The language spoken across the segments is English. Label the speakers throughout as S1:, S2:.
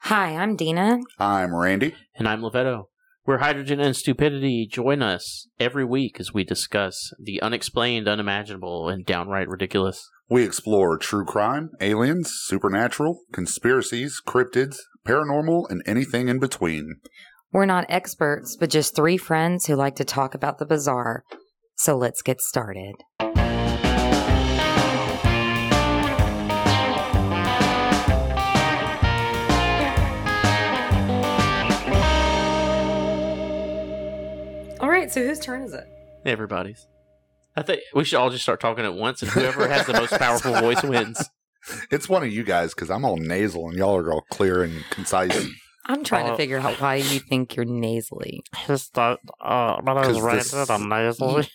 S1: Hi, I'm Dina.
S2: I'm Randy.
S3: And I'm Levetto. We're Hydrogen and Stupidity. Join us every week as we discuss the unexplained, unimaginable, and downright ridiculous.
S2: We explore true crime, aliens, supernatural, conspiracies, cryptids, paranormal, and anything in between.
S1: We're not experts, but just three friends who like to talk about the bizarre. So let's get started. All right, so whose turn is it?
S3: Everybody's. I think we should all just start talking at once, and whoever has the most powerful voice wins.
S2: It's one of you guys because I'm all nasal and y'all are all clear and concise
S1: I'm trying to
S3: Uh,
S1: figure out why you think you're nasally.
S4: His thought, uh, my name
S2: 'Cause
S4: is
S2: this-
S4: Randy, I'm nasally.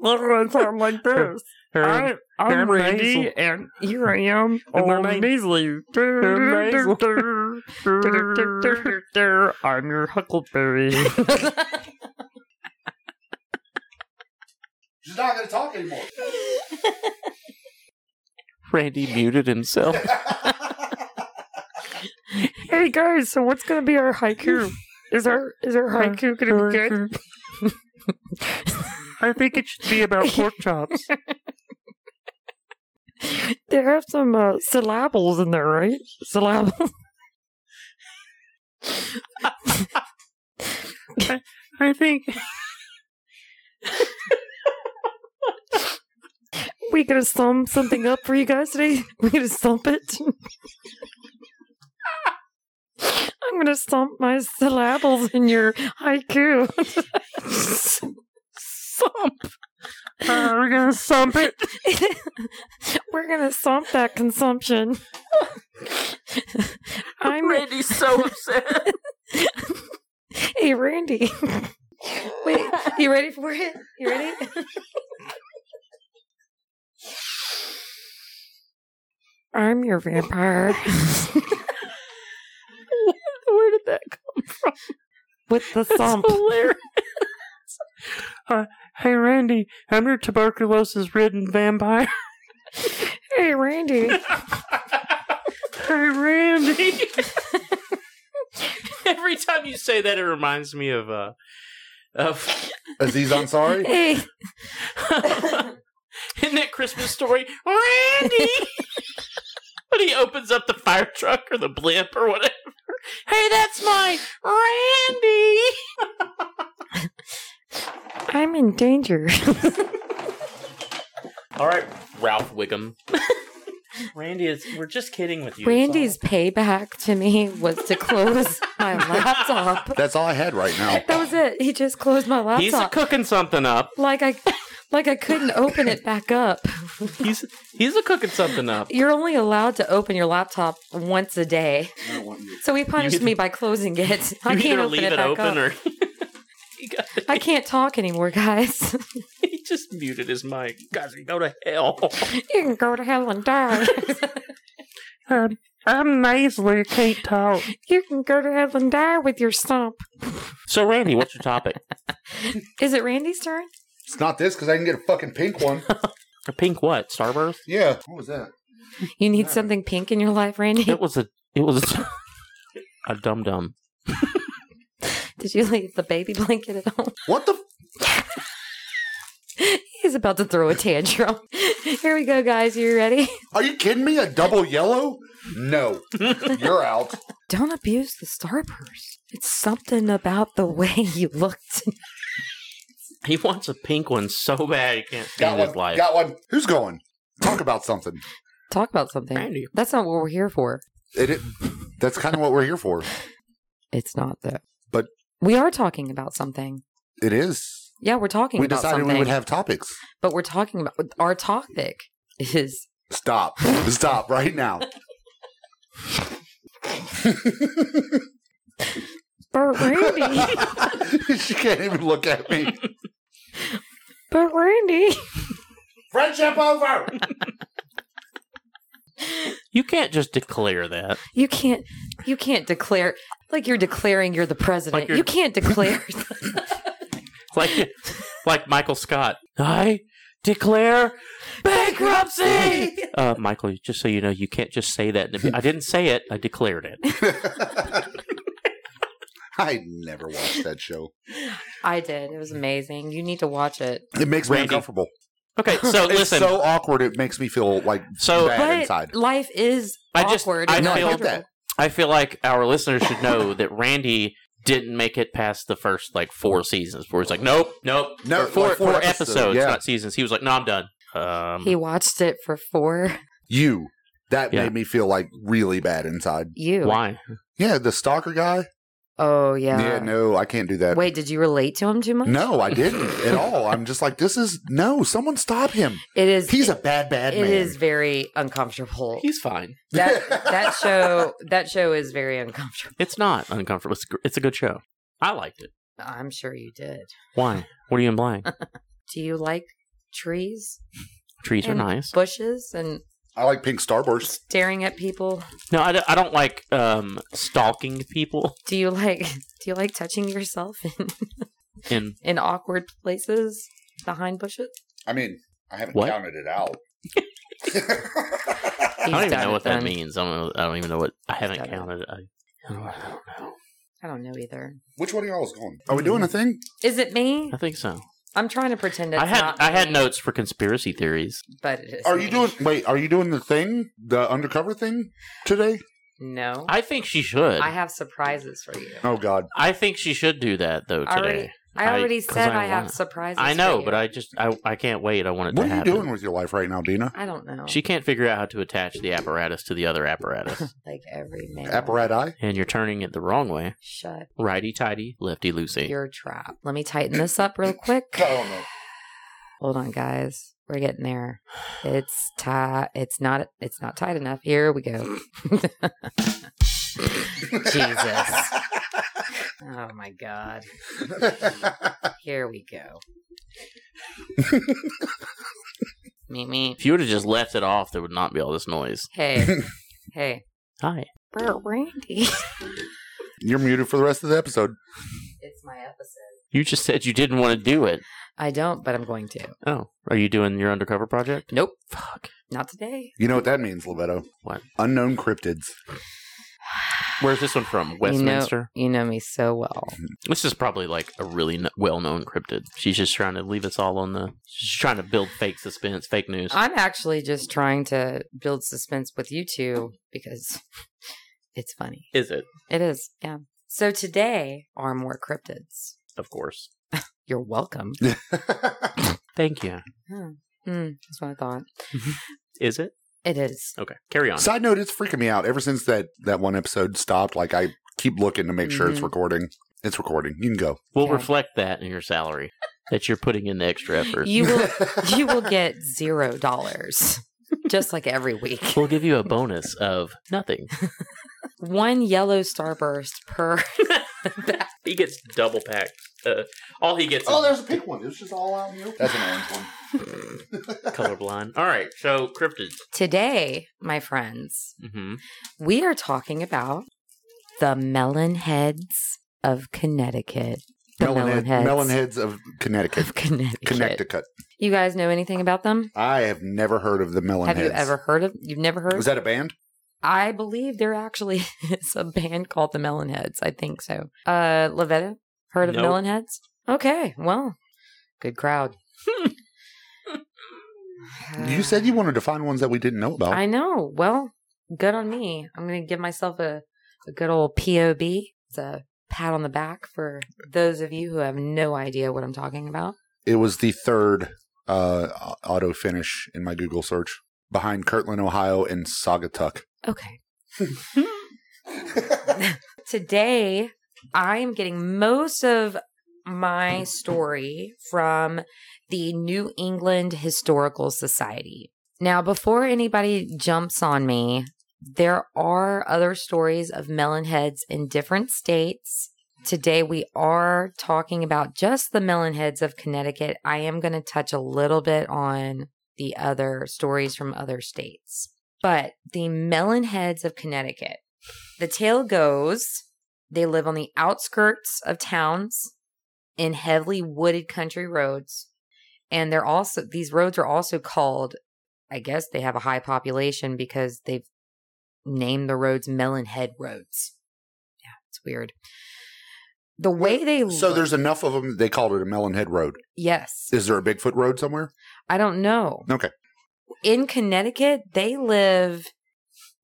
S5: Look I sound like this.
S3: Her-
S5: I, I'm
S4: Aaron
S5: Randy,
S4: Basil.
S5: and here I am
S4: And my
S5: on
S4: name-
S5: Measly.
S4: Basil.
S5: I'm your Huckleberry.
S2: She's not going to talk anymore.
S3: Randy muted himself.
S5: hey guys, so what's gonna be our haiku? Is our is our haiku gonna be good?
S4: I think it should be about pork chops.
S5: They have some uh, syllables in there, right? Syllables.
S4: I think
S5: We gonna sum something up for you guys today. We gonna stump it. I'm gonna stump my syllables in your haiku.
S4: sump. Uh, we're gonna sump it.
S5: We're gonna stomp that consumption. I'm
S4: Randy's so upset.
S5: hey Randy.
S1: Wait, you ready for it? You ready?
S5: I'm your vampire
S4: Where did that come?
S5: with the thump.
S4: hilarious. Uh, hey Randy, I'm your tuberculosis-ridden vampire.
S5: Hey Randy.
S4: hey Randy.
S3: Every time you say that, it reminds me of uh, of
S2: Aziz Ansari?
S5: Hey
S3: in that Christmas story, Randy. when he opens up the fire truck or the blimp or whatever. Hey, that's my Randy.
S5: I'm in danger.
S3: All right, Ralph Wiggum. Randy is. We're just kidding with you.
S1: Randy's payback to me was to close my laptop.
S2: That's all I had right now.
S1: That was it. He just closed my
S3: He's a
S1: laptop.
S3: cooking something up.
S1: like I like I couldn't open it back up.
S3: He's he's a cooking something up.
S1: You're only allowed to open your laptop once a day. So he punished
S3: either-
S1: me by closing it.
S3: You
S1: I can't
S3: either
S1: open
S3: leave
S1: it,
S3: it,
S1: back
S3: open
S1: up.
S3: or
S1: I can't talk anymore, guys.
S3: he just muted his mic. You guys can go to hell.
S5: you can go to hell and die.
S4: Um, I'm nasally. I Can't talk.
S5: You can go to hell and die with your stump.
S3: So Randy, what's your topic?
S1: Is it Randy's turn?
S2: It's not this because I can get a fucking pink one.
S3: A pink what? Starburst.
S2: Yeah. What was that?
S1: You need something pink in your life, Randy.
S3: It was a it was a, a dum dum.
S1: Did you leave the baby blanket at home?
S2: What the? F-
S1: He's about to throw a tantrum. Here we go, guys. You ready?
S2: Are you kidding me? A double yellow? No. You're out.
S1: Don't abuse the starburst. It's something about the way you looked.
S3: He wants a pink one so bad he can't
S2: Got
S3: stand
S2: one.
S3: his life.
S2: Got one. Who's going? Talk about something.
S1: Talk about something.
S3: Randy.
S1: That's not what we're here for.
S2: It, it, that's kind of what we're here for.
S1: It's not that.
S2: But-
S1: we are talking about something.
S2: It is.
S1: Yeah, we're talking
S2: We
S1: about
S2: decided
S1: something.
S2: we would have topics.
S1: but we're talking about our topic is
S2: Stop. Stop right now.
S5: But Randy
S2: she can't even look at me.
S5: but Randy
S2: Friendship over.
S3: You can't just declare that.
S1: you can't you can't declare like you're declaring you're the president.
S3: Like you're-
S1: you can't declare
S3: Like like Michael Scott. I declare bankruptcy. uh, Michael, just so you know, you can't just say that. I didn't say it. I declared it.
S2: I never watched that show.
S1: I did. It was amazing. You need to watch it.
S2: It makes me
S3: Randy.
S2: uncomfortable.
S3: Okay, so
S2: it's
S3: listen.
S2: so awkward. It makes me feel like
S3: So-
S2: bad
S1: But
S2: inside.
S1: life is
S3: I just-
S1: awkward.
S3: I
S1: and
S2: No, I
S3: feel-
S2: get
S1: uncomfortable.
S2: that.
S3: I feel like our listeners should know that Randy didn't make it past the first like four seasons. Where he's like, nope, nope,
S2: No,
S3: Or four,
S2: like
S3: four
S2: four
S3: episodes,
S2: episodes, yeah.
S3: not seasons. He was like, no, I'm done. Um,
S1: He watched it for four.
S2: You. That
S3: Yeah.
S2: made me feel like really bad inside.
S1: You.
S3: why?
S2: Yeah, the stalker guy.
S1: Oh, yeah.
S2: yeah, no, I can't do that.
S1: Wait, did you relate to him too much?
S2: No, I didn't at all. I'm just like, this is no. Someone stop him.
S1: It is.
S2: He's a bad, bad
S1: It
S2: man.
S1: is very uncomfortable.
S3: He's fine.
S1: that that show that show is very uncomfortable.
S3: It's not uncomfortable. It's, gr- it's a good show. I liked it.
S1: I'm sure you did.
S3: Why? What are you implying?
S1: Do you like trees,
S3: Trees are
S1: And-
S3: nice.
S1: bushes, and
S2: I like pink starburst.
S1: staring at people?
S3: No, I, don't- I don't like um, stalking people
S1: Do you like do you like touching yourself in,
S3: in
S1: in awkward places behind bushes?
S2: I mean, I haven't
S3: What?
S2: counted it out.
S1: He's
S3: I don't even
S1: done
S3: know
S1: it
S3: what that
S1: then.
S3: means. I don't, know, I don't even know what. I haven't
S1: done it.
S3: counted. I, I don't I don't know.
S1: I don't know either.
S2: Which one of y'all is going? Are we doing a thing?
S1: Is it me?
S3: I think so.
S1: I'm trying to pretend it's
S3: I had
S1: not.
S3: I had
S1: me,
S3: notes for conspiracy theories.
S1: But it is
S2: Are you
S1: me.
S2: doing? Wait, are you doing the thing, the undercover thing today?
S1: No, I,
S3: I think she should. I,
S1: have surprises for you.
S2: Oh God,
S3: think she should do that though
S1: I already-
S3: today.
S1: I
S3: I-
S1: already
S3: 'cause
S1: said
S3: I
S1: I, have
S3: want-
S1: surprises.
S3: I
S1: for
S3: know,
S1: you.
S3: but I just I, I can't wait. I want it
S2: what
S3: to
S2: are you
S3: happen.
S2: doing with your life right now, Dina?
S1: I don't know.
S3: She can't figure out how to attach the apparatus to the other apparatus,
S1: like every man.
S2: Apparati?
S3: and you're turning it the wrong way.
S1: Shut
S3: Righty tighty, lefty loosey.
S1: your trap. Let me tighten this up real quick.
S2: don't know.
S1: Hold on, guys. We're getting there. It's tight. It's not. It's not tight enough. Here we go. Jesus. Oh my God. Here we go. me me.
S3: If you would have just left it off, there would not be all this noise.
S1: Hey. Hey.
S3: Hi.
S5: Bert Randy.
S2: You're muted for the rest of the episode.
S1: It's my episode.
S3: You just said you didn't want to do it.
S1: I don't, but I'm going to.
S3: Oh, are you doing your undercover project?
S1: Nope.
S3: Fuck.
S1: Not today.
S2: You know what that means, Levetto?
S3: What?
S2: Unknown cryptids.
S3: Where's this one from? Westminster.
S1: You know me so well.
S3: This is probably like a really kn- well-known cryptid. She's just trying to leave us all on the. She's trying to build fake suspense, fake news.
S1: I'm actually just trying to build suspense with you two because it's funny.
S3: is it?
S1: It is, yeah. So today are more cryptids.
S3: Of course.
S1: You're welcome.
S3: Thank you.
S1: Mm, that's what I thought.
S3: Is it?
S1: It is.
S3: Okay. Carry on.
S2: Side note, it's freaking me out ever since that that one episode stopped. Like I keep looking to make sure it's
S3: Mm-hmm.
S1: Mhm.
S2: recording. It's recording. You can go.
S3: we'll
S1: Yeah.
S3: reflect that in your salary that you're putting in the extra effort.
S1: You will you will get zero dollars. Just like every week.
S3: we'll give you a bonus of nothing.
S1: One yellow starburst per
S3: he gets double packed. Uh, all he gets
S2: Oh, there's a pink one. It's just all out in the open. That's an orange one.
S3: colorblind. All right. So cryptids.
S1: today, my friends,
S3: Mm-hmm.
S1: we are talking about the melon heads of Connecticut. The melon,
S2: Melonhead,
S1: heads
S2: Melonheads of Connecticut.
S1: of Connecticut.
S2: Connecticut.
S1: You guys know anything about them?
S2: I have never heard of the Melonheads.
S1: Have you ever heard of? You've never heard?
S2: Was that a band?
S1: I believe there actually is a band called the Melonheads. I think so. Uh, Lavetta, heard of
S3: Nope.
S1: Melonheads? Okay, well, good crowd.
S2: You said you wanted to find ones that we didn't know about.
S1: I know. Well, good on me. I'm gonna give myself a, a good old POB. It's a pat on the back for those of you who have no idea what I'm talking about.
S2: it was the third uh, auto finish in my Google search behind Kirtland, Ohio, and Saugatuck.
S1: Okay. Today, I am getting most of my story from the New England Historical Society. Now, before anybody jumps on me, there are other stories of melon heads in different states. Today, we are talking about just the melon heads of Connecticut. I am going to touch a little bit on the other stories from other states. But the melon heads of Connecticut, the tale goes they live on the outskirts of towns in heavily wooded country roads and they're also these roads are also called. I guess they have a high population because they've named the roads Melon Head roads. Yeah, it's weird. The way they
S2: So
S1: look-
S2: there's enough of them. They called it a Melon Head Road.
S1: yes,
S2: Is there a Bigfoot Road somewhere?
S1: I don't know.
S2: Okay.
S1: In Connecticut, they live,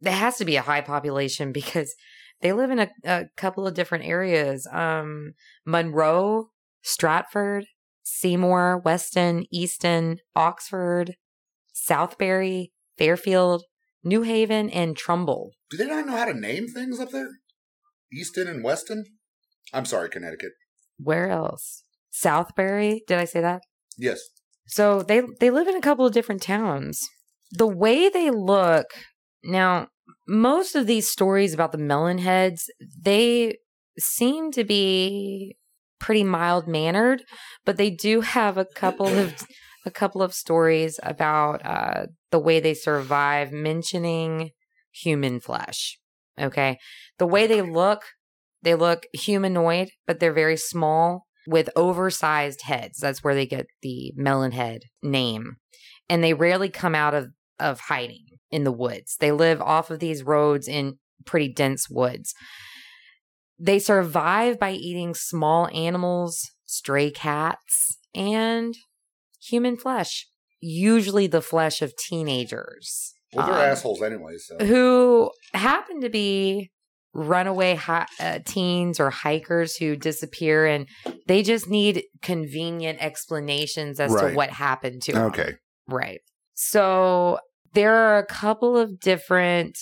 S1: there has to be a high population because they live in a, a couple of different areas um, Monroe, Stratford, Seymour, Weston, Easton, Oxford, Southbury, Fairfield, New Haven, and Trumbull.
S2: Do they not know how to name things up there? Easton and Weston. I'm sorry, Connecticut.
S1: Where else? Southbury? Did I say that?
S2: Yes.
S1: So they they live in a couple of different towns. The way they look now, most of these stories about the melon heads, they seem to be pretty mild mannered, but they do have a couple of a couple of stories about uh, the way they survive, mentioning human flesh. Okay, the way they look, they look humanoid, but they're very small with oversized heads. That's where they get the melon head name. And they rarely come out of, of hiding in the woods. They live off of these roads in pretty dense woods. They survive by eating small animals, stray cats, and human flesh, usually the flesh of teenagers
S2: Well, they're
S1: Um,
S2: assholes anyway. So
S1: who happen to be runaway hi- uh, teens or hikers who disappear and they just need convenient explanations as
S2: Right.
S1: to what happened to 'em.
S2: okay.
S1: Right. So there are a couple of different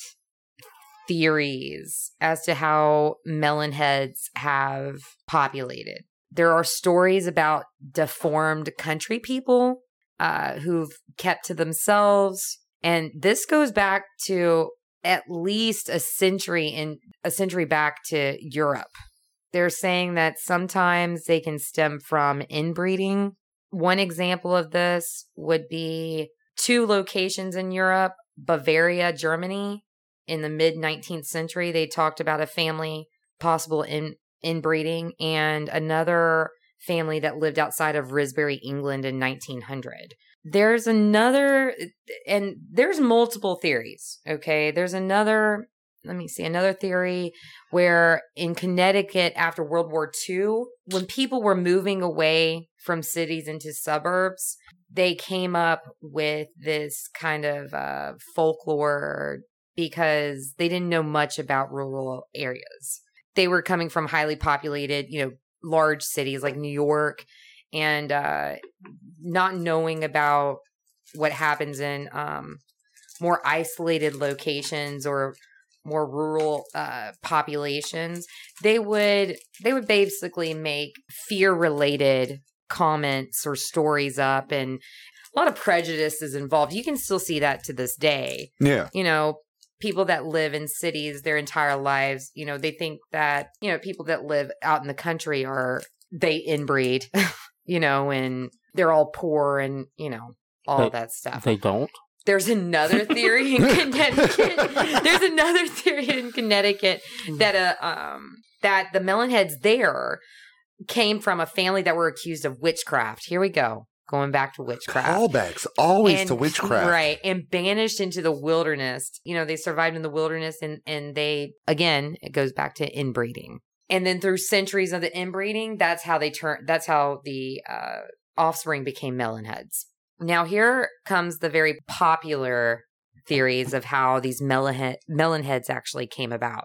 S1: theories as to how melon heads have populated. There are stories about deformed country people uh, who've kept to themselves, and this goes back to at least a century in a century back to Europe. They're saying that sometimes they can stem from inbreeding, one example of this would be two locations in Europe, Bavaria, Germany, in the mid 19th century. They talked about a family possible in inbreeding and another family that lived outside of Risbury, England in 1900. There's another and there's multiple theories, okay? There's another let me see another theory where in Connecticut after World War II, when people were moving away from cities into suburbs, they came up with this kind of uh, folklore because they didn't know much about rural areas. They were coming from highly populated, you know, large cities like New York and uh, not knowing about what happens in um, more isolated locations or more rural uh, populations they would they would basically make fear related comments or stories up and a lot of prejudice is involved you can still see that to this day
S2: Yeah.
S1: you know people that live in cities their entire lives you know they think that you know people that live out in the country are they inbreed you know and they're all poor and you know all
S3: They-
S1: that stuff
S3: They don't.
S1: there's another theory in Connecticut. There's another theory in Connecticut that uh, um that the melonheads there came from a family that were accused of witchcraft. Here we go, going back to witchcraft.
S2: Callbacks always
S1: And-
S2: to witchcraft.
S1: right? And banished into the wilderness. You know, they survived in the wilderness, and and they again it goes back to inbreeding. And then through centuries of the inbreeding, that's how they turn. That's how the uh, offspring became melon heads. Now here comes the very popular theories of how these melon, he- melon heads actually came about,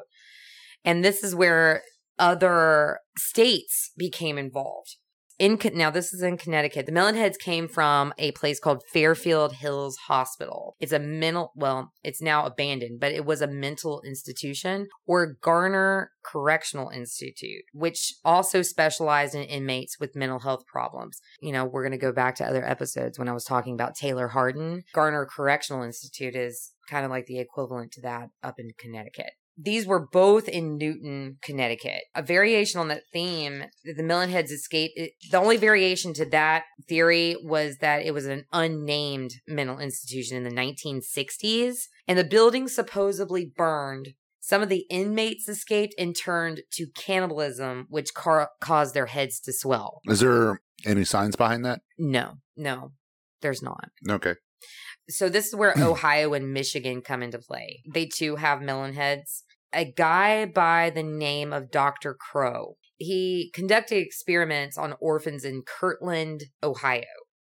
S1: and this is where other states became involved. In Con- now, this is in Connecticut. The melon heads came from a place called Fairfield Hills Hospital. It's a mental, well, it's now abandoned, but it was a mental institution or Garner Correctional Institute, which also specialized in inmates with mental health problems. You know, we're going to go back to other episodes when I was talking about Taylor Harden. Garner Correctional Institute is kind of like the equivalent to that up in Connecticut these were both in Newton, Connecticut. A variation on that theme, the Millenheads escape. It, the only variation to that theory was that it was an unnamed mental institution in the 1960s, and the building supposedly burned. Some of the inmates escaped and turned to cannibalism, which car- caused their heads to swell.
S2: Is there Any science behind that?
S1: No, no, there's not.
S2: Okay.
S1: So this is where Ohio and Michigan come into play. They too have melon heads. A guy by the name of Dr. Crow. He conducted experiments on orphans in Kirtland, Ohio,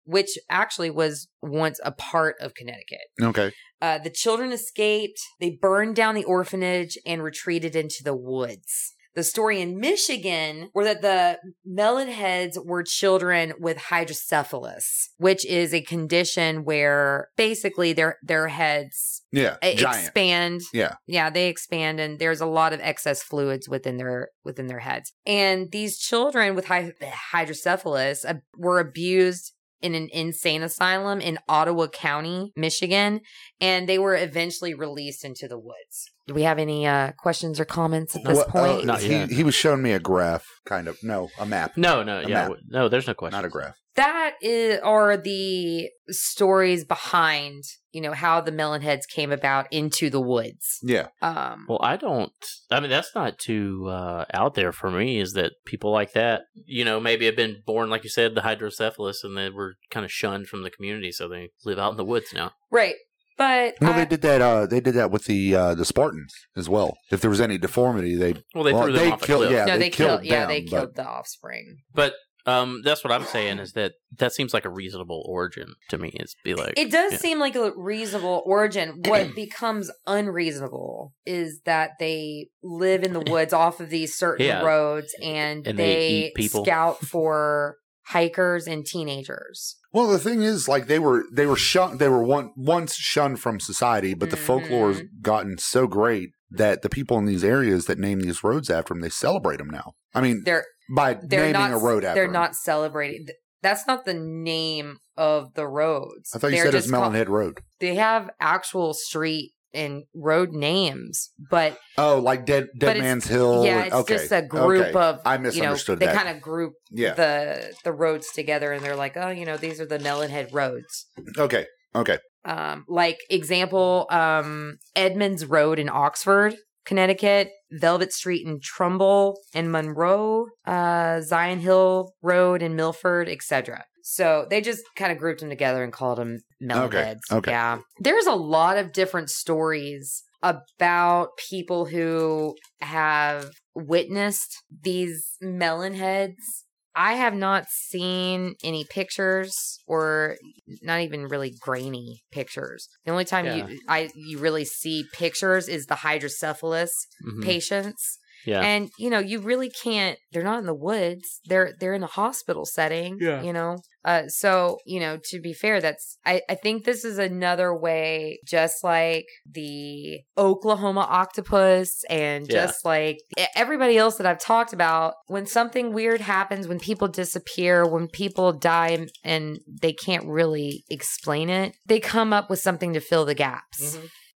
S1: which actually was once a part of Connecticut.
S2: Okay.
S1: Uh, the children escaped. They burned down the orphanage and retreated into the woods. The story in Michigan were that the melon heads were children with hydrocephalus, which is a condition where basically their their heads
S2: Yeah.
S1: e-
S2: Giant.
S1: expand.
S2: Yeah.
S1: Yeah, they expand and there's a lot of excess fluids within their within their heads. And these children with hy- hydrocephalus uh, were abused in an insane asylum in Ottawa County, Michigan, and they were eventually released into the woods. Do we have any uh, questions or comments at this
S2: What- oh,
S1: point?
S3: Not
S2: he,
S3: yet.
S2: he was showing me a graph, kind of. No, a map.
S3: No, no,
S2: A
S3: yeah,
S2: map.
S3: w- no. There's no question.
S2: Not a graph.
S1: that is are the stories behind, you know, how the melon heads came about into the woods.
S2: Yeah.
S1: Um
S3: Well, I don't. I mean, that's not too uh, out there for me. Is that people like that? You know, maybe have been born, like you said, the hydrocephalus, and they were kind of shunned from the community, so they live out in the woods now.
S1: right. But
S2: Well, they
S1: I-
S2: did that. Uh, they did that with the uh, the Spartans as well. If there was any deformity, they
S3: Well, they
S2: Well,
S3: threw them
S2: they
S3: off a
S2: killed-
S3: cliff.
S2: yeah.
S1: no, they,
S2: they
S1: killed.
S2: killed
S1: yeah,
S2: them,
S1: they
S2: but-
S1: killed the offspring.
S3: But um, that's what I'm saying is that that seems like a reasonable origin to me. Is be like
S1: It does
S3: yeah.
S1: seem like a reasonable origin. What becomes unreasonable is that they live in the woods off of these certain
S3: Yeah.
S1: roads and,
S3: And they
S1: they,
S3: eat people.
S1: scout for hikers and teenagers.
S2: Well, the thing is, like they were they were shunned. They were one, once shunned from society, but the folklore has
S1: Mm-hmm.
S2: gotten so great that the people in these areas that name these roads after them, they celebrate them now. I mean,
S1: They're
S2: by
S1: they're
S2: naming
S1: not
S2: a road after
S1: they're
S2: them.
S1: not celebrating. th- That's not the name of the roads.
S2: I thought you
S1: They're
S2: said it's
S1: just call-
S2: Melon Head Road.
S1: They have actual street and road names, but
S2: Oh, like Dead Dead
S1: it's-
S2: Man's Hill.
S1: yeah,
S2: and-
S1: it's
S2: Oh, okay,
S1: just a group
S2: okay.
S1: of
S2: I
S1: you know
S2: misunderstood
S1: they
S2: that.
S1: kind of group
S2: yeah.
S1: the the roads together and they're like oh you know these are the melonhead roads
S2: okay. Okay.
S1: um like example um edmonds road in oxford connecticut velvet street in trumbull and monroe uh zion hill road in milford etc so they just kind of grouped them together and called them melonheads
S2: okay.
S1: yeah there's a lot of different stories about people who have witnessed these melon heads I have not seen any pictures or not even really grainy pictures. The only time you I you really see pictures is the hydrocephalus
S3: Mhm.
S1: patients.
S3: Yeah.
S1: And you know, you really can't they're not in the woods. They're they're in a hospital setting.
S3: Yeah.
S1: You know? Uh so, you know, to be fair, that's I, I think this is another way, just like the Oklahoma octopus and
S3: Yeah.
S1: just like e- everybody else that I've talked about, when something weird happens, when people disappear, when people die and- and they can't really explain it, they come up with something to fill the gaps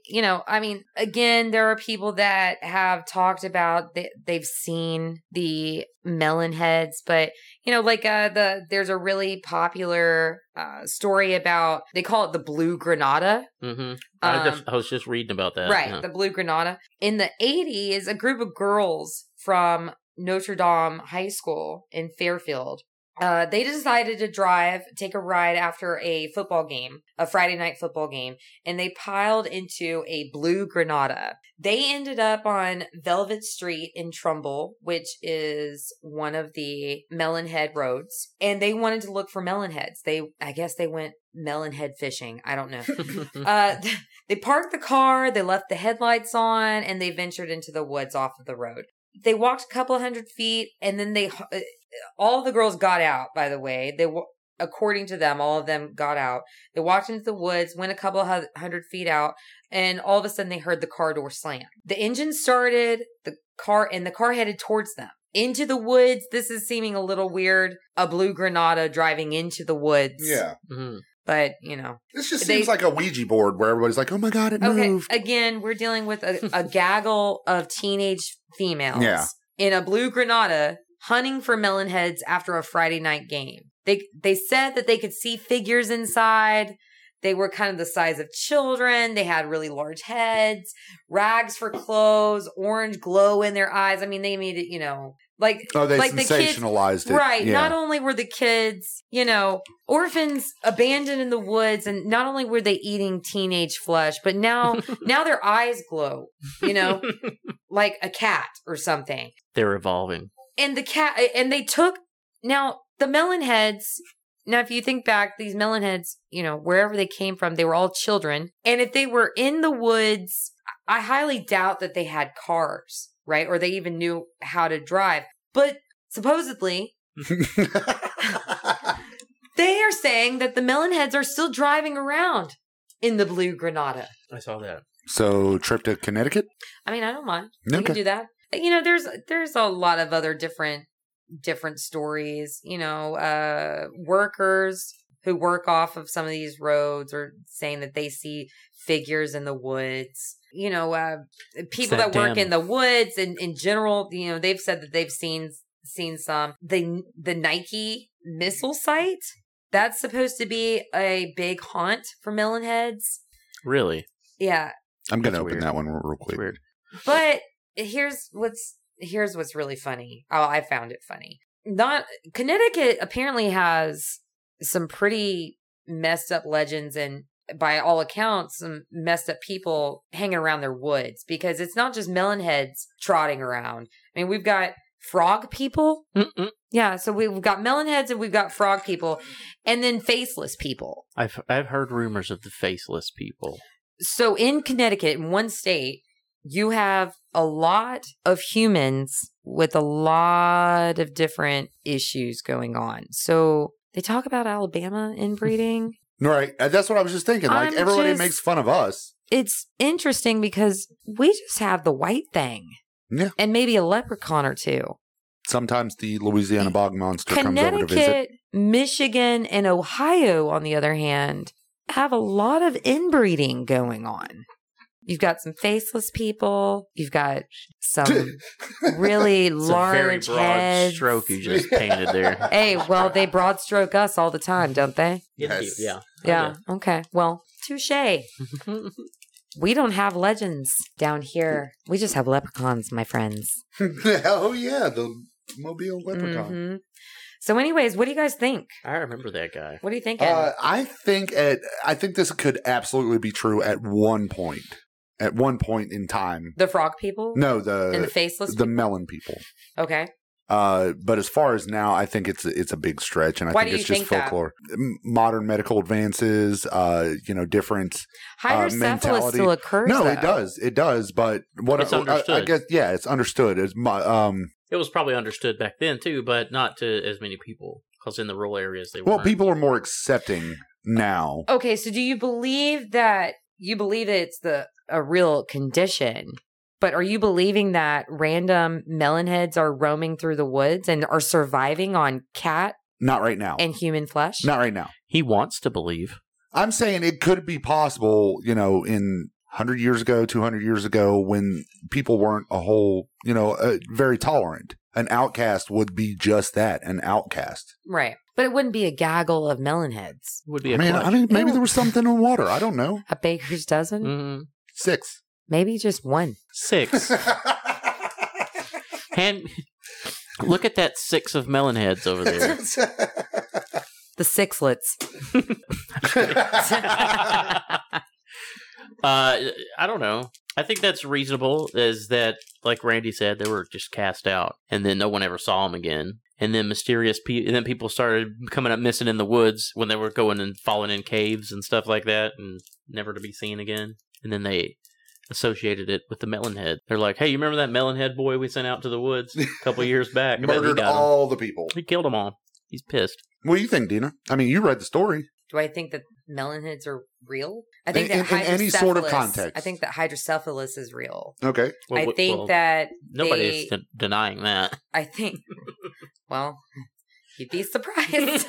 S1: you know, I mean, again, there are people that have talked about they, they've seen the melon heads, but you know, like uh, the there's a really popular uh, story about they call it the blue Granada,
S3: hmm I, just,
S1: Um,
S3: I was just reading about that.
S1: right?
S3: yeah.
S1: The blue Granada in the 80s, a group of girls from Notre Dame High School in Fairfield. Uh, they decided to drive, take a ride after a football game, a Friday night football game, and they piled into a blue Granada. They ended up on Velvet Street in Trumbull, which is one of the Melonhead roads, and they wanted to look for melonheads. They, I guess, they went melonhead fishing. I don't know. uh, they parked the car, they left the headlights on, and they ventured into the woods off of the road. They walked a couple hundred feet, and then they, uh, all the girls got out. By the way, they, wa- according to them, all of them got out. They walked into the woods, went a couple hu- hundred feet out, and all of a sudden they heard the car door slam. The engine started, the car, and the car headed towards them. Into the woods. This is seeming a little weird. A blue Granada driving into the woods.
S2: Yeah.
S3: Mhm.
S1: But, you know.
S2: This just
S1: They-
S2: seems like a Ouija board where everybody's like, "Oh my god, it
S1: Okay.
S2: moved."
S1: Again, we're dealing with a, a gaggle of teenage females
S2: Yeah.
S1: in a blue Granada hunting for melon heads after a Friday night game. They they said that they could see figures inside. They were kind of the size of children. They had really large heads, rags for clothes, orange glow in their eyes. I mean, they made it, you know, like
S2: Oh, they
S1: Like the kids-
S2: sensationalized it.
S1: Right.
S2: Yeah.
S1: Not only were the kids, you know, orphans abandoned in the woods, and not only were they eating teenage flesh, but now now their eyes glow, you know, like a cat or something.
S3: They're evolving.
S1: And the cat and they took now the melon heads. Now, if you think back, these melon heads, you know, wherever they came from, they were all children. And if they were in the woods, I highly doubt that they had cars, right? Or they even knew how to drive. But supposedly, they are saying that the melon heads are still driving around in the blue Granada.
S3: I saw that.
S2: so trip to Connecticut.
S1: I mean, I don't mind. We can
S2: Okay.
S1: do that. Uh, You know, there's there's a lot of other different different stories. You know, uh, workers who work off of some of these roads are saying that they see figures in the woods. You know, uh, people
S3: that
S1: that, work
S3: dam.
S1: in the woods and in general, you know, they've said that they've seen seen some the the Nike missile site. That's supposed to be a big haunt for melon heads.
S3: Really?
S1: Yeah,
S2: I'm gonna
S3: That's
S2: open
S3: weird.
S2: that one real real quick.
S3: It's weird.
S1: But here's what's here's what's really funny. Oh, I found it funny. Not Connecticut apparently has some pretty messed up legends and by all accounts some messed up people hanging around their woods because it's not just melon heads trotting around. I mean, we've got frog people.
S3: Mm-mm.
S1: Yeah, so we've got melon heads and we've got frog people and then faceless people.
S3: I've I've heard rumors of the faceless people.
S1: so in Connecticut, in one state, you have a lot of humans with a lot of different issues going on. So they talk about Alabama inbreeding.
S2: Right. Uh, That's what I was just thinking. Like
S1: I'm
S2: everybody
S1: just-
S2: makes fun of us.
S1: it's interesting because we just have the white thing.
S2: Yeah.
S1: And maybe a leprechaun or two.
S2: Sometimes the Louisiana bog monster comes over to visit.
S1: Connecticut, Michigan, and Ohio, on the other hand, have a lot of inbreeding going on. You've got some faceless people. You've got some really
S3: It's
S1: large
S3: a very broad
S1: heads.
S3: stroke you just painted there.
S1: Hey, well, they broad stroke us all the time, don't they?
S2: Yes.
S3: Oh, Yeah. Oh,
S1: Yeah. Okay. Well, touche. We don't have legends down here. We just have leprechauns, my friends.
S2: oh yeah, the Mobile leprechaun.
S1: Mhm. So, anyways, what do you guys think?
S3: I remember that guy.
S1: What are you thinking?
S2: Uh, I think at I think this could absolutely be true at one point. At one point in time.
S1: the frog people
S2: No,
S1: and the
S2: the
S1: faceless.
S2: the melon people.
S1: okay.
S2: Uh, but as far as now, I think it's it's a big stretch, and I
S1: Why
S2: think
S1: do
S2: it's
S1: you
S2: just
S1: think that?
S2: folklore. M- Modern medical advances, uh, you know, different.
S1: Hydrocephalus
S2: mentality-
S1: still occurs.
S2: No, it
S1: though.
S2: does, it does. But what
S3: It's
S2: I, I- I,
S3: understood.
S2: guess, yeah, it's understood. It's my, um,
S3: It was probably understood back then too, but not to as many people because in the rural areas they
S2: well,
S3: weren't.
S2: people are more accepting now.
S1: Okay, so do you believe that you believe that it's the a real condition? But are you believing that random melon heads are roaming through the woods and are surviving on cat
S2: Not right now.
S1: and human flesh?
S2: Not right now.
S3: He wants to believe.
S2: I'm saying it could be possible, you know, in 100 years ago, 200 years ago, when people weren't a whole, you know, uh, very tolerant. An outcast would be just that an outcast.
S1: Right. But it wouldn't be a gaggle of melon heads.
S3: Would be a
S2: Man,
S3: clutch.
S2: I mean, maybe there was something in water. I don't know.
S1: A baker's dozen?
S3: Mm,
S2: Six.
S1: Maybe just one.
S3: six. Hand. Look at that six of melon heads over there.
S1: The sixlets.
S3: uh, I don't know. I think that's reasonable. Is that like Randy said, they were just cast out, and then no one ever saw them again. And then mysterious, pe- and then people started coming up missing in the woods when they were going and falling in caves and stuff like that, and never to be seen again. And then they associated it with the melon head. They're like, "Hey, you remember that melon head boy we sent out to the woods a couple years back? I bet he
S2: Murdered
S3: got him.
S2: all the people.
S3: He killed them all. He's pissed."
S2: What do you think, Dina? I mean, you read the story.
S1: Do I think that melon heads are real? I think
S2: In-
S1: that
S2: in- in any sort of
S1: hydrocephalus-
S2: context.
S1: I think that hydrocephalus is real.
S2: Okay.
S3: Well,
S1: I
S3: w-
S1: think
S3: well,
S1: that
S3: nobody
S1: they-
S3: is de- denying that.
S1: I think, well, you'd be surprised.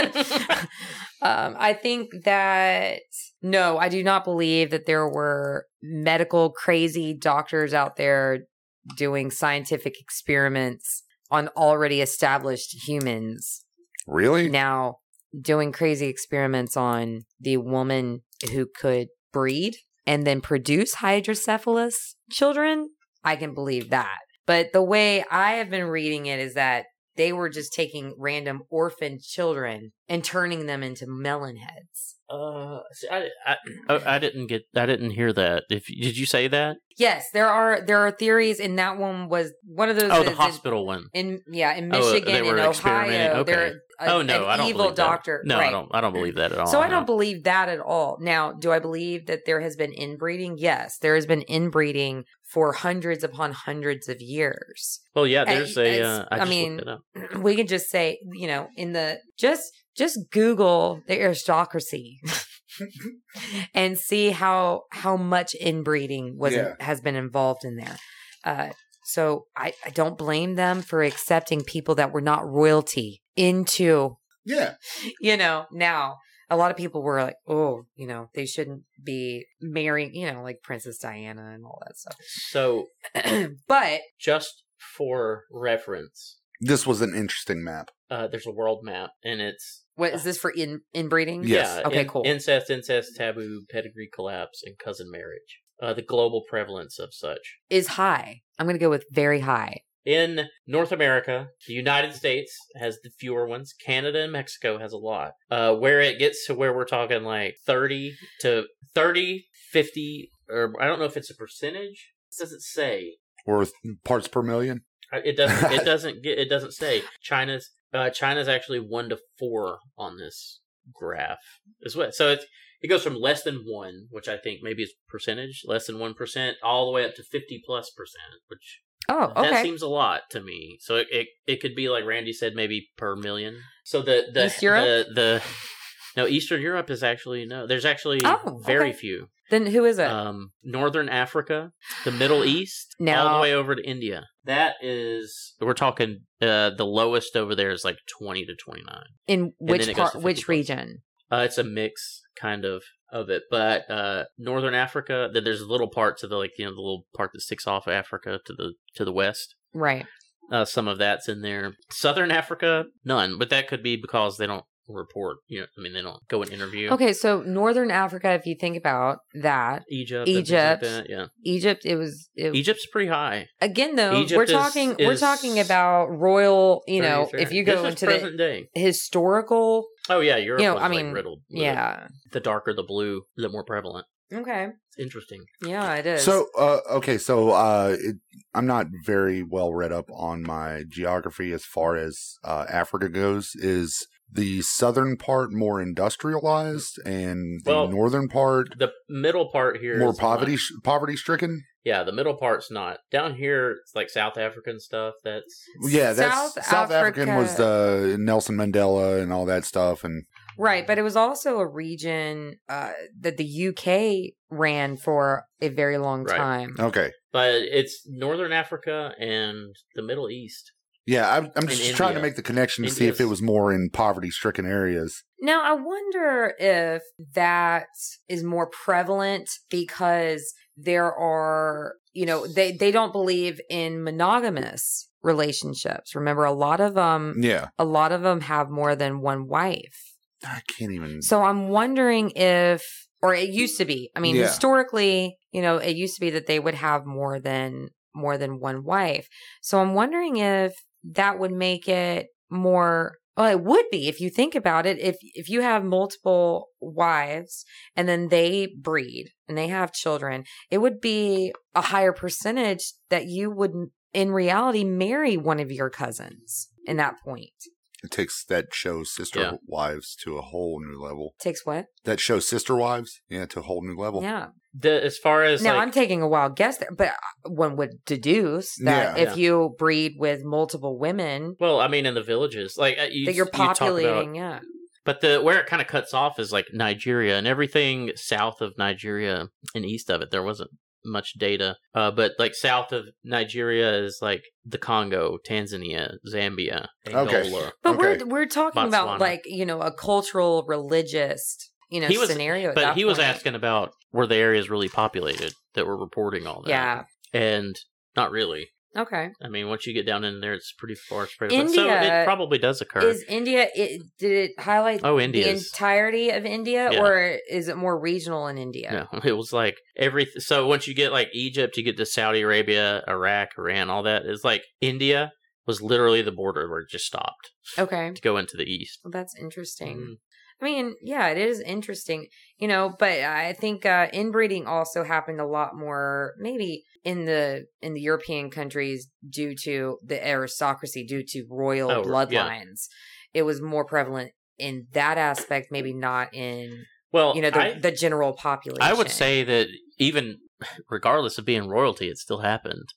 S1: um, I think that, no, I do not believe that there were medical crazy doctors out there doing scientific experiments on already established
S3: Mm.
S1: humans.
S2: Really?
S1: Now, doing crazy experiments on the woman who could breed and then produce hydrocephalus children, I can believe that. But the way I have been reading it is that they were just taking random orphan children and turning them into melon heads.
S3: Uh, see, I, I, oh, I didn't get, I didn't hear that. If did you say that?
S1: Yes, there are there are theories, and that one was one of those.
S3: Oh,
S1: that
S3: the
S1: is
S3: hospital one.
S1: in, in yeah in
S3: Oh, they
S1: Michigan
S3: were
S1: in Ohio.
S3: experimenting.
S1: There,
S3: Okay.
S1: a-
S3: oh no,
S1: an
S3: I don't
S1: evil
S3: believe that.
S1: doctor.
S3: No,
S1: right.
S3: I don't. I don't believe that at all.
S1: So I
S3: no.
S1: don't believe that at all. Now, do I believe that there has been inbreeding? Yes, there has been inbreeding for hundreds upon hundreds of years.
S3: Well, yeah,
S1: Hey,
S3: there's a.
S1: it's-
S3: Uh, I,
S1: I
S3: just
S1: mean-
S3: looked it up.
S1: We can just say, you know, in the just just Google the aristocracy and see how how much inbreeding was
S2: Yeah.
S1: has been involved in there. Uh, so I, I don't blame them for accepting people that were not royalty into
S2: Yeah.
S1: you know, now a lot of people were like, oh, you know, they shouldn't be marrying, you know, like Princess Diana and all that
S3: So
S1: stuff. but
S3: just for reference,
S2: This was an interesting map.
S3: uh, there's a world map, and it's
S1: what is this for in inbreeding?
S2: Yes.
S1: Okay,
S3: in-
S1: cool.
S3: Incest, incest, taboo, pedigree collapse, and cousin marriage. Uh, the global prevalence of such
S1: Is high. I'm going to go with very high.
S3: in North America, the United States has the fewer ones. Canada and Mexico has a lot. Uh, where it gets to where we're talking like thirty to 30, 50, or I don't know if it's a percentage. It doesn't say.
S2: Or th- parts per million.
S3: Uh, It doesn't. It doesn't get. It doesn't say China's. Uh, China's actually one to four on this graph as well. So it's, it goes from less than one, which I think maybe is percentage, less than one percent, all the way up to fifty plus percent, which
S1: Oh,
S3: that
S1: okay.
S3: seems a lot to me. So it, it it could be like Randy said, maybe per million. So the the
S1: East Europe?
S3: the, the no Eastern Europe is actually no. There's actually
S1: Oh,
S3: very
S1: okay.
S3: few.
S1: Then who is it?
S3: Um, Northern Africa, the Middle East, all
S1: Now-
S3: the way over to India. That is, we're talking uh, the lowest over there is like 20 to 29.
S1: in
S3: and then
S1: which
S3: it goes to
S1: part, which
S3: 50%.
S1: region?
S3: Uh, it's a mix kind of of it, but uh, Northern Africa, then there's little parts of the like you know the little part that sticks off Africa to the to the west.
S1: Right.
S3: Uh, some of that's in there. Southern Africa, none, but that could be because they don't report. You know, I mean, they don't go and interview.
S1: Okay, so Northern Africa, if you think about that,
S3: Egypt, and things like
S1: Egypt.
S3: that, yeah.
S1: Egypt, it was it,
S3: Egypt's pretty high.
S1: again though,
S3: E, Egypt
S1: we're
S3: is-
S1: talking we're
S3: is-
S1: talking about royal, you know,
S3: Very fair.
S1: if you
S3: This
S1: go
S3: is
S1: into
S3: present day.
S1: the historical
S3: Oh yeah, Europe
S1: You know,
S3: was
S1: I
S3: like
S1: mean,
S3: riddled. with it.
S1: Yeah.
S3: the darker the blue, the more prevalent.
S1: Okay.
S3: It's interesting.
S1: Yeah, it is.
S2: So, uh, okay, so uh, it, I'm not very well read up on my geography as far as uh, Africa goes. Is the southern part more industrialized and the
S3: Well,
S2: northern part
S3: The middle part here
S2: more
S3: is
S2: poverty
S3: not-
S2: poverty stricken?
S3: yeah, the middle part's not down here. It's like South African stuff. That's
S2: Yeah, that's
S1: South
S2: South, African was the Nelson Mandela and all that stuff, and
S1: right, but it was also a region uh, that the UK ran for a very long
S3: Right.
S1: time.
S2: okay,
S3: but it's Northern Africa and the Middle East.
S2: yeah, I'm, I'm
S3: In
S2: just trying to
S3: India.
S2: make the connection to see if it
S3: India's-
S2: was more in poverty stricken areas.
S1: Now, I wonder if that is more prevalent because there are, you know, they they don't believe in monogamous relationships. Remember a lot of them
S2: Yeah,
S1: a lot of them have more than one wife.
S2: I can't even.
S1: So I'm wondering if, or it used to be. I mean,
S2: Yeah.
S1: historically, you know, it used to be that they would have more than more than one wife. So I'm wondering if that would make it more. Well, it would be if you think about it. If if you have multiple wives and then they breed and they have children, it would be a higher percentage that you would, in reality, marry one of your cousins. In that point,
S2: It takes that show Sister
S3: Yeah.
S2: Wives to a whole new level.
S1: takes what?
S2: That show Sister Wives, yeah, to a whole new level.
S1: Yeah.
S3: The as far as
S1: now
S3: like,
S1: I'm taking a wild guess there, but uh, one would deduce that
S2: Yeah.
S1: if you breed with multiple women,
S3: well, I mean, in the villages, like uh, you,
S1: that you're
S3: you talk about-
S1: populating. yeah,
S3: But the where it kind of cuts off is like Nigeria and everything south of Nigeria and east of it. There wasn't much data, uh, but like south of Nigeria is like the Congo, Tanzania, Zambia,
S2: Okay.
S3: Angola.
S1: but
S2: Okay.
S1: we're we're talking
S3: Botswana.
S1: about like you know a cultural, religious, you know
S3: He was-
S1: scenario. at
S3: But
S1: that
S3: he was
S1: point.
S3: asking about were the areas really populated that were reporting all that,
S1: Yeah.
S3: and not really.
S1: Okay.
S3: I mean, once you get down in there, it's pretty far spread. out. so
S1: India
S3: it probably does occur.
S1: Is India? It, did it highlight
S3: oh,
S1: the
S3: India's.
S1: entirety of India,
S3: Yeah.
S1: or is it more regional in India?
S3: No, it was like every. So once you get like Egypt, you get to Saudi Arabia, Iraq, Iran, all that. It's like India was literally the border where it just stopped
S1: Okay.
S3: to go into the east.
S1: Well, that's interesting.
S3: Mm.
S1: I mean, yeah, it is interesting, you know, but I think uh, inbreeding also happened a lot more, maybe in the in the European countries due to the aristocracy, due to royal
S3: Oh,
S1: bloodlines.
S3: yeah.
S1: It was more prevalent in that aspect, maybe not in
S3: Well,
S1: you know the,
S3: I-
S1: the general population.
S3: I would say that even regardless of being royalty, it still happened.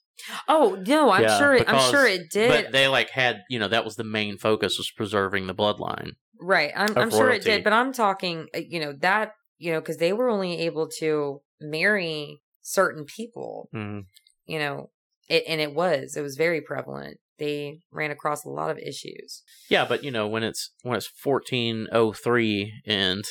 S1: Oh no, I'm
S3: Yeah,
S1: sure. It, I'm
S3: because-
S1: sure it did.
S3: But they like had you know that was the main focus was preserving the bloodline.
S1: Right. I'm,
S3: of
S1: I'm sure it
S3: royalty.
S1: did, but I'm talking, uh, you know, that, you know, because they were only able to marry certain people, you know, it, and it was, it was very prevalent. They ran across a lot of issues.
S3: Yeah, but you know when it's when it's fourteen oh three and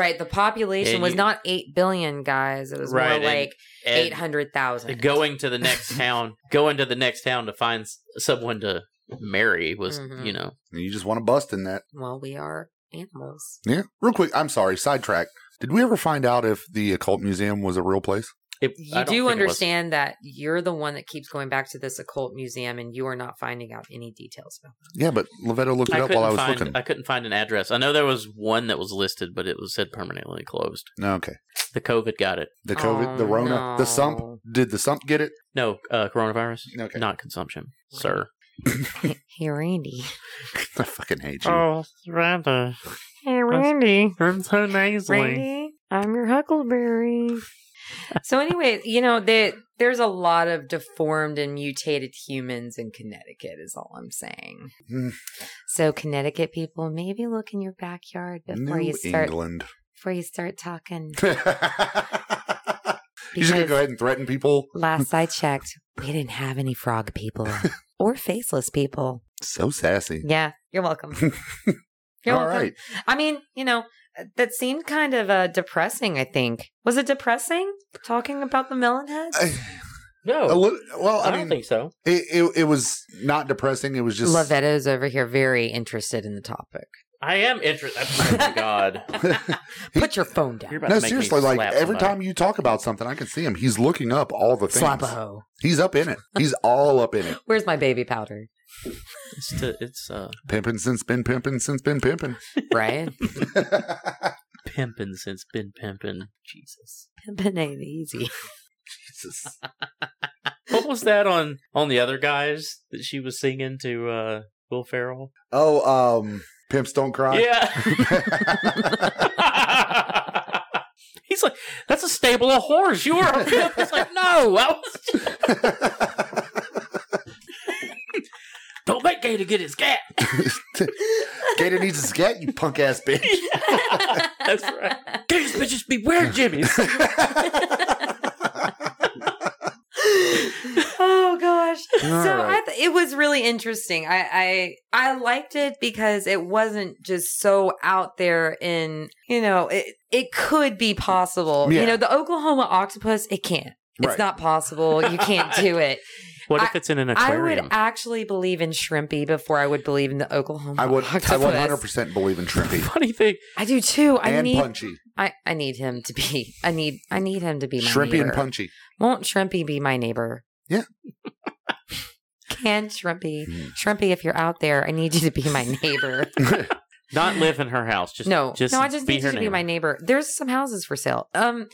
S1: Right. The population
S3: And
S1: was
S3: you-
S1: not 8 billion guys. It was
S3: Right, and-
S1: more like
S3: and
S1: 800,000.
S3: going to the next town, going to the next town to find s- someone to marry was
S1: Mhm.
S3: you know
S2: And you just want to bust in that.
S1: Well, we are animals.
S2: Yeah. Real quick, I'm sorry, sidetrack. Did we ever find out if the occult museum was a real place?
S3: it, I
S1: You
S3: don't
S1: do
S3: think it was.
S1: understand that you're the one that keeps going back to this occult museum and you are not finding out any details about it.
S2: Yeah, but Lovetto looked it
S3: I
S2: up
S3: couldn't
S2: while I was
S3: find
S2: looking.
S3: I couldn't find an address. I know there was one that was listed, but it was said permanently closed.
S2: No, okay.
S3: The COVID got it.
S2: The COVID,
S1: Oh,
S2: the Rona, the sump.
S1: no.
S2: Did the sump get it?
S3: No, uh, coronavirus,
S2: Okay.
S3: not consumption, sir.
S1: Hey, Randy.
S2: I fucking hate you.
S4: Oh, rather.
S5: Hey, Randy.
S4: I'm so nicely.
S5: Randy, I'm your huckleberry.
S1: So, anyway, you know that there's a lot of deformed and mutated humans in Connecticut. Is all I'm saying.
S2: Hmm.
S1: So, Connecticut people, maybe look in your backyard before
S2: New
S1: you start
S2: England.
S1: before you start talking.
S2: He's going to
S1: Because
S2: go ahead and threaten people.
S1: last I checked, we didn't have any frog people or faceless people.
S2: So sassy.
S1: Yeah, you're welcome. You're
S2: All
S1: welcome.
S2: right.
S1: I mean, you know, uh, that seemed kind of uh, depressing. I think was it depressing talking about the melon heads?
S3: No,
S2: A little, well, I,
S3: I, don't
S2: mean,
S3: think so.
S2: it, it, it was not depressing. It was just.
S1: Lavetto's over here very interested in the topic.
S3: I am interested. Oh my god!
S1: Put your phone down.
S3: You're about
S2: No,
S3: to make me
S2: seriously, like
S3: slap
S2: every
S3: somebody.
S2: time you talk about something, I can see him. He's looking up all the things.
S1: Slap a hoe.
S2: He's up in it. He's all up in it.
S1: Where's my baby powder?
S3: it's to, it's uh,
S2: Pimping since been pimping since been pimping.
S1: Right?
S2: Jesus.
S3: pimping since been pimping. Jesus,
S1: Pimpin' ain't easy.
S3: what was that on on the other guys that she was singing to uh Will Ferrell?
S2: Oh, um, pimps don't cry.
S3: Yeah. He's like, that's a stable of whores. You are a pimp. It's like, no, I was, don't make Gator get his cat.
S2: Gator needs a scat, you punk ass bitch.
S3: That's right. Gator's bitches beware, Jimmy.
S1: oh gosh.
S2: All
S1: so
S2: right.
S1: I th- it was really interesting. I, I I liked it because it wasn't just so out there in, you know, it it could be possible.
S2: Yeah.
S1: You know, the Oklahoma octopus, it can't. It's
S2: Right.
S1: not possible. You can't do it.
S3: What
S1: I-
S3: if it's in an
S1: I would
S3: aquarium?
S1: actually believe in Shrimpy before I would believe in the Oklahoma
S2: I would.
S1: octopus.
S2: I one hundred percent believe in Shrimpy
S3: Funny thing,
S1: I do too. I
S2: and
S1: need
S2: Punchy.
S1: I, I need him to be I need I need him to be my
S2: Shrimpy
S1: neighbor.
S2: and Punchy.
S1: Won't Shrimpy be my neighbor?
S2: Yeah.
S1: Can Shrimpy
S2: Hmm.
S1: Shrimpy, if you're out there, I need you to be my neighbor.
S3: not live in her house. Just
S1: no,
S3: just
S1: no, I just
S3: be
S1: need
S3: her
S1: you to be
S3: neighbor.
S1: my neighbor. There's some houses for sale. Um,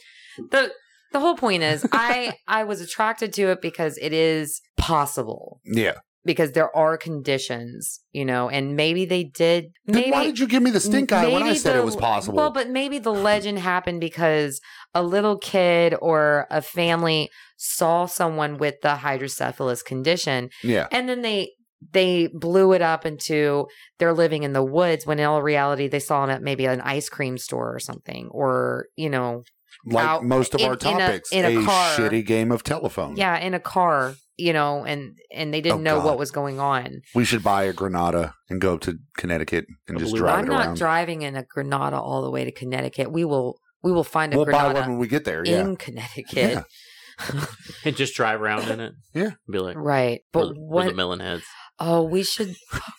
S1: the the whole point is, I I was attracted to it because it is possible
S2: Yeah.
S1: because there are conditions, you know, and maybe they did.
S2: Then
S1: Maybe
S2: why did you give me the stink eye when I
S1: maybe
S2: said
S1: the-
S2: it was possible?
S1: Well, but maybe the legend happened because a little kid or a family saw someone with the hydrocephalus condition,
S2: yeah.
S1: and then they they blew it up into they're living in the woods when in all reality they saw it at maybe an ice cream store or something or you know
S2: Like
S1: out
S2: most of
S1: in-
S2: our
S1: in a-
S2: topics,
S1: in a car.
S2: shitty game of telephone.
S1: yeah in a car you know and and they didn't
S2: Oh,
S1: know
S2: God.
S1: what was going on
S2: We should buy a Granada and go up to Connecticut and
S3: I
S2: just
S3: believe-
S2: drive
S1: i'm
S2: it
S1: not
S2: around.
S1: driving in a granada all the way to connecticut we will we will find a
S2: we'll buy
S1: granada
S2: one when we get there. Yeah.
S1: in Connecticut.
S2: Yeah.
S3: and just drive around in it.
S2: Yeah.
S3: be like,
S1: Right.
S3: but
S1: But
S3: the, what?
S1: what
S3: the melon heads.
S1: Oh, we should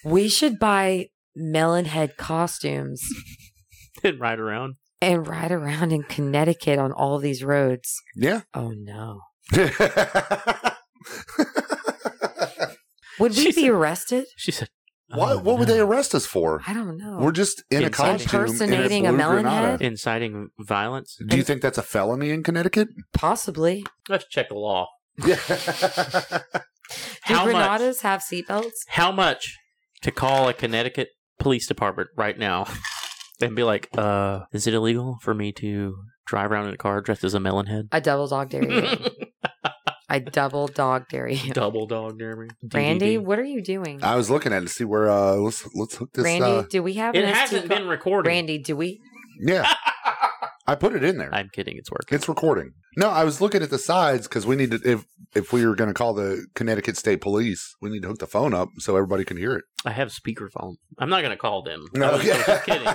S1: we should buy melon head costumes
S3: and ride around.
S1: and ride around in Connecticut on all these roads.
S2: Yeah.
S1: Oh no. Would we
S3: She
S1: be
S3: said-
S1: arrested?
S3: She said,
S2: what
S3: "Oh,
S2: what would they
S3: no."
S2: arrest us for?
S1: I don't know.
S2: We're just in a
S3: Inside.
S2: costume
S1: Impersonating a
S2: in a, blue
S1: melon
S2: Granada.
S1: head?
S3: Inciting violence.
S2: Do you think that's a felony in Connecticut?
S1: Possibly.
S3: Let's check the law.
S2: Yeah.
S1: Do
S3: How much?
S1: Granadas have seatbelts?
S3: How much to call a Connecticut police department right now and be like, uh, is it illegal for me to drive around in a car dressed as a melon head?
S1: I double dog dare you. I double dog dare you.
S3: Double dog derby.
S1: Randy,
S3: DDD.
S1: what are you doing?
S2: I was looking at it to see where uh let's let's hook this
S1: Randy,
S2: uh
S1: do we have
S3: It
S1: an
S3: hasn't
S1: SD
S3: been recorded.
S1: Randy, do we?
S2: yeah. I put it in there.
S3: I'm kidding. It's working.
S2: It's recording. No, I was looking at the sides because we need to if if we were going to call the Connecticut State Police, we need to hook the phone up so everybody can hear it.
S3: I have speakerphone. I'm not going to call them. I was- I was just kidding.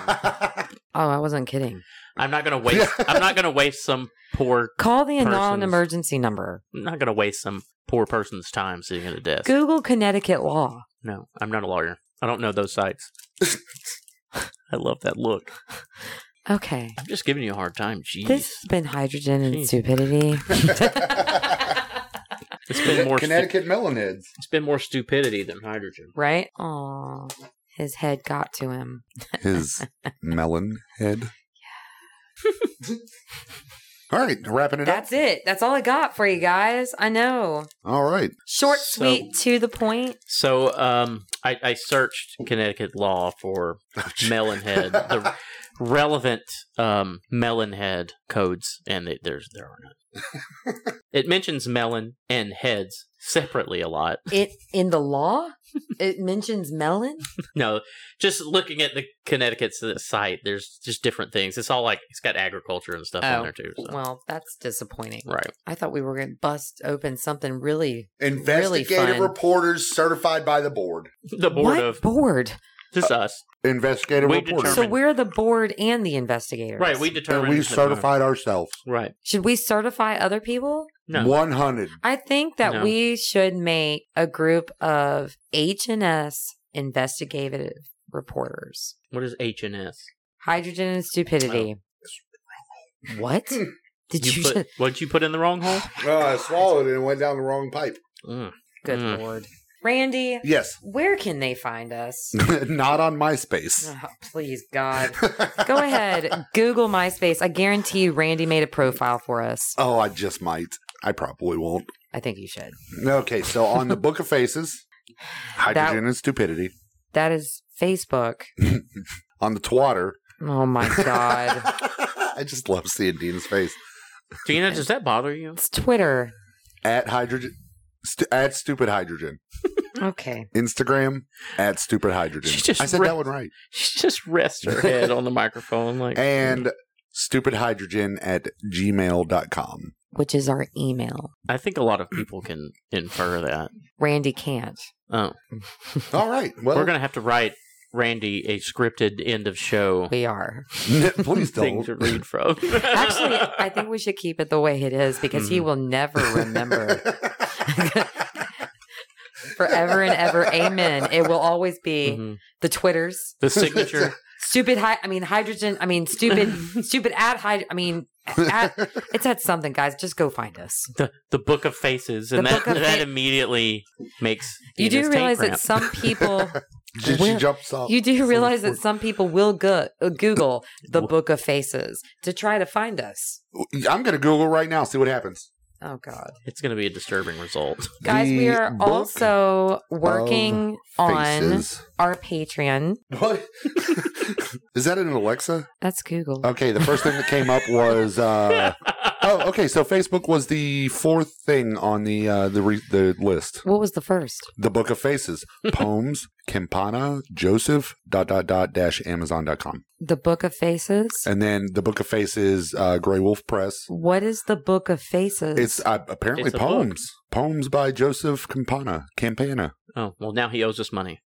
S1: Oh, I wasn't kidding.
S3: I'm not gonna waste. I'm not gonna waste some poor.
S1: Call the
S3: Persons.
S1: non-emergency number.
S3: I'm not gonna waste some poor person's time sitting at a desk.
S1: Google Connecticut law.
S3: No, I'm not a lawyer. I don't know those sites. I love that look.
S1: Okay.
S3: I'm just giving you a hard time. Jeez,
S1: This has been hydrogen and
S3: Jeez.
S1: stupidity.
S3: it's been more. stu-
S2: Connecticut melonheads.
S3: it's been more stupidity than hydrogen.
S1: right? Oh, his head got to him.
S2: His melon head. All right, wrapping it up.
S1: That's it. That's all I got for you guys. I know.
S2: All right.
S1: Short,
S3: So-
S1: sweet, to the point.
S3: So, um, I, I searched Connecticut law for melon head. The relevant um, melon head codes, and they, there's there are none. it mentions melon and heads separately a lot.
S1: It in the law, it mentions melon.
S3: No, just looking at the Connecticut s- site, there's just different things. It's all like it's got agriculture and stuff
S1: Oh.
S3: on there too. so-
S1: Well, that's disappointing.
S3: right.
S1: I thought we were going to bust open something really.
S2: Investigative
S1: fun.
S2: reporters certified by the board.
S3: The board
S1: what
S3: of
S1: board?
S3: just us.
S2: Investigative
S3: We
S2: reporters.
S1: So
S3: determined-
S1: we're the board and the investigators,
S3: Right, we
S2: and
S3: determined
S2: we
S3: that-
S2: certified ourselves.
S3: Right.
S1: should we certify other people?
S3: No.
S2: 100.
S1: I think that
S3: No.
S1: we should make a group of H and S investigative reporters.
S3: What is H and S?
S1: Hydrogen and stupidity. What did you?
S3: You put
S1: just-
S3: what did you put in the wrong hole?
S2: Oh, I swallowed it and went down the wrong pipe.
S3: Mm.
S1: Good
S3: Mm.
S1: lord, Randy.
S2: Yes.
S1: Where can they find us?
S2: Not on MySpace.
S1: Oh, please, God. Go ahead. Google MySpace. I guarantee you, Randy made a profile for us.
S2: Oh, I just might. I probably won't.
S1: I think you should.
S2: Okay, so on the Book of Faces, Hydrogen and Stupidity.
S1: That is Facebook.
S2: On the Twatter.
S1: Oh my God.
S2: I just love seeing Dina's face.
S3: Gina, does that bother you?
S1: it's Twitter.
S2: At Hydrogen. Stu at Stupid Hydrogen.
S1: Okay.
S2: Instagram, at Stupid Hydrogen.
S3: She just
S2: I said
S3: re-
S2: that one right.
S3: She just rests her head on the microphone like
S2: And Stupid Hydrogen at gmail.com.
S1: Which is our email.
S3: I think a lot of people can infer that.
S1: Randy can't.
S3: Oh.
S2: All right. Well,
S3: We're gonna have to write Randy a scripted end of show
S1: We are.
S2: please
S3: thing
S2: don't.
S3: to read from.
S1: Actually, I think we should keep it the way it is because he
S2: Mm-hmm.
S3: Mhm.
S1: will never remember forever and ever. Amen. It will always be
S2: Mm-hmm.
S3: Mhm.
S1: the Twitters.
S3: the signature
S1: Stupid, hy- I mean, hydrogen. I mean, stupid, stupid at hyd. I mean, at, it's at something, guys. Just go find us.
S3: the the book of faces, and
S1: The
S3: that
S1: book of
S3: that
S1: fa-
S3: immediately makes
S1: You do
S3: Dina's
S1: realize
S3: tank
S1: that some people,
S2: She- she
S1: Where-
S2: jumps off.
S1: you do
S2: some
S1: realize that
S2: point.
S1: some people will go- uh, Google the Book of Faces to try to find us.
S2: I'm going to Google right now, see what happens.
S1: Oh God,
S3: ramp. It's going to be a disturbing result.
S1: guys, we
S2: The
S1: are
S2: Book
S1: also working on
S2: Faces.
S1: our Patreon.
S2: What? Is that an Alexa?
S1: That's Google.
S2: Okay, the first thing that came up was uh Oh, okay, so Facebook was the fourth thing on the uh the re- the list.
S1: What was the first?
S2: The Book of Faces, poems, Campana, Joseph dot dot dot dash amazon.com.
S1: The Book of Faces.
S2: And then the Book of Faces uh Grey Wolf Press.
S1: What is the Book of Faces?
S2: It's uh, apparently
S3: It's a book.
S2: poems. Poems by Joseph Campana, Campana.
S3: Oh well, now he owes us money.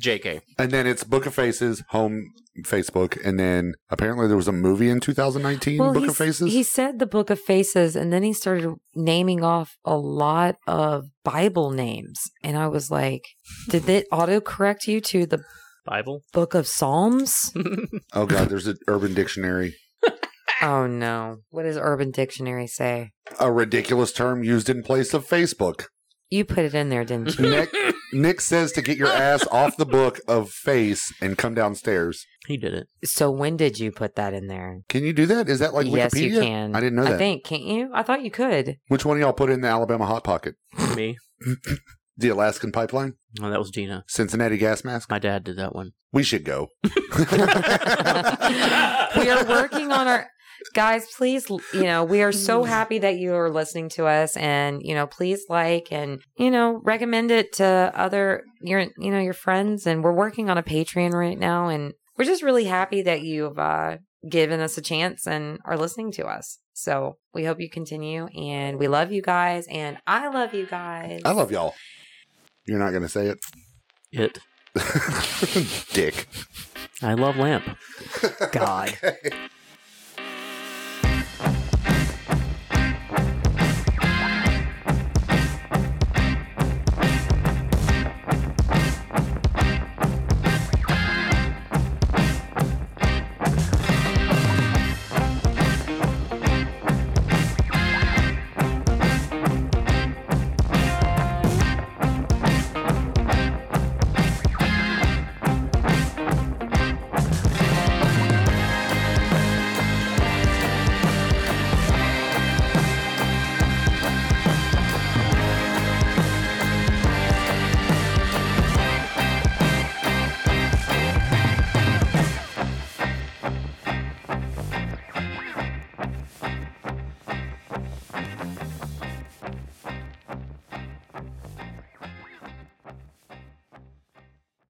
S3: JK.
S2: And then it's Book of Faces, home Facebook, and then apparently there was a movie in 2019, Book of
S1: he's-
S2: Faces.
S1: He said the Book of Faces, and then he started naming off a lot of Bible names, and I was like, "Did it autocorrect you to the
S3: Bible.
S1: Book of Psalms?"
S2: oh god, there's an Urban Dictionary,
S1: oh no! What does Urban Dictionary say?
S2: a ridiculous term used in place of Facebook.
S1: You put it in there, didn't you?
S2: Nick Nick says to get your ass off the book of face and come downstairs.
S3: He did it.
S1: so when did you put that in there?
S2: Can you do that? Is that like
S1: yes,
S2: Wikipedia?
S1: you can.
S2: I didn't know
S1: I
S2: that.
S1: think can't you? I thought you could.
S2: Which one of y'all put in the Alabama hot pocket?
S3: Me.
S2: The Alaskan pipeline,
S3: Oh, that was Gina.
S2: Cincinnati gas mask.
S3: My dad did that one.
S2: We should go.
S1: we are working on our guys please l- you know we are so happy that you are listening to us and you know please like and you know recommend it to other your you know your friends and we're working on a patreon right now and we're just really happy that you've uh given us a chance and are listening to us so we hope you continue and we love you guys and i love you guys
S2: I love y'all. You're not going to say
S3: It.
S2: it, Dick.
S3: I love lamp.
S1: god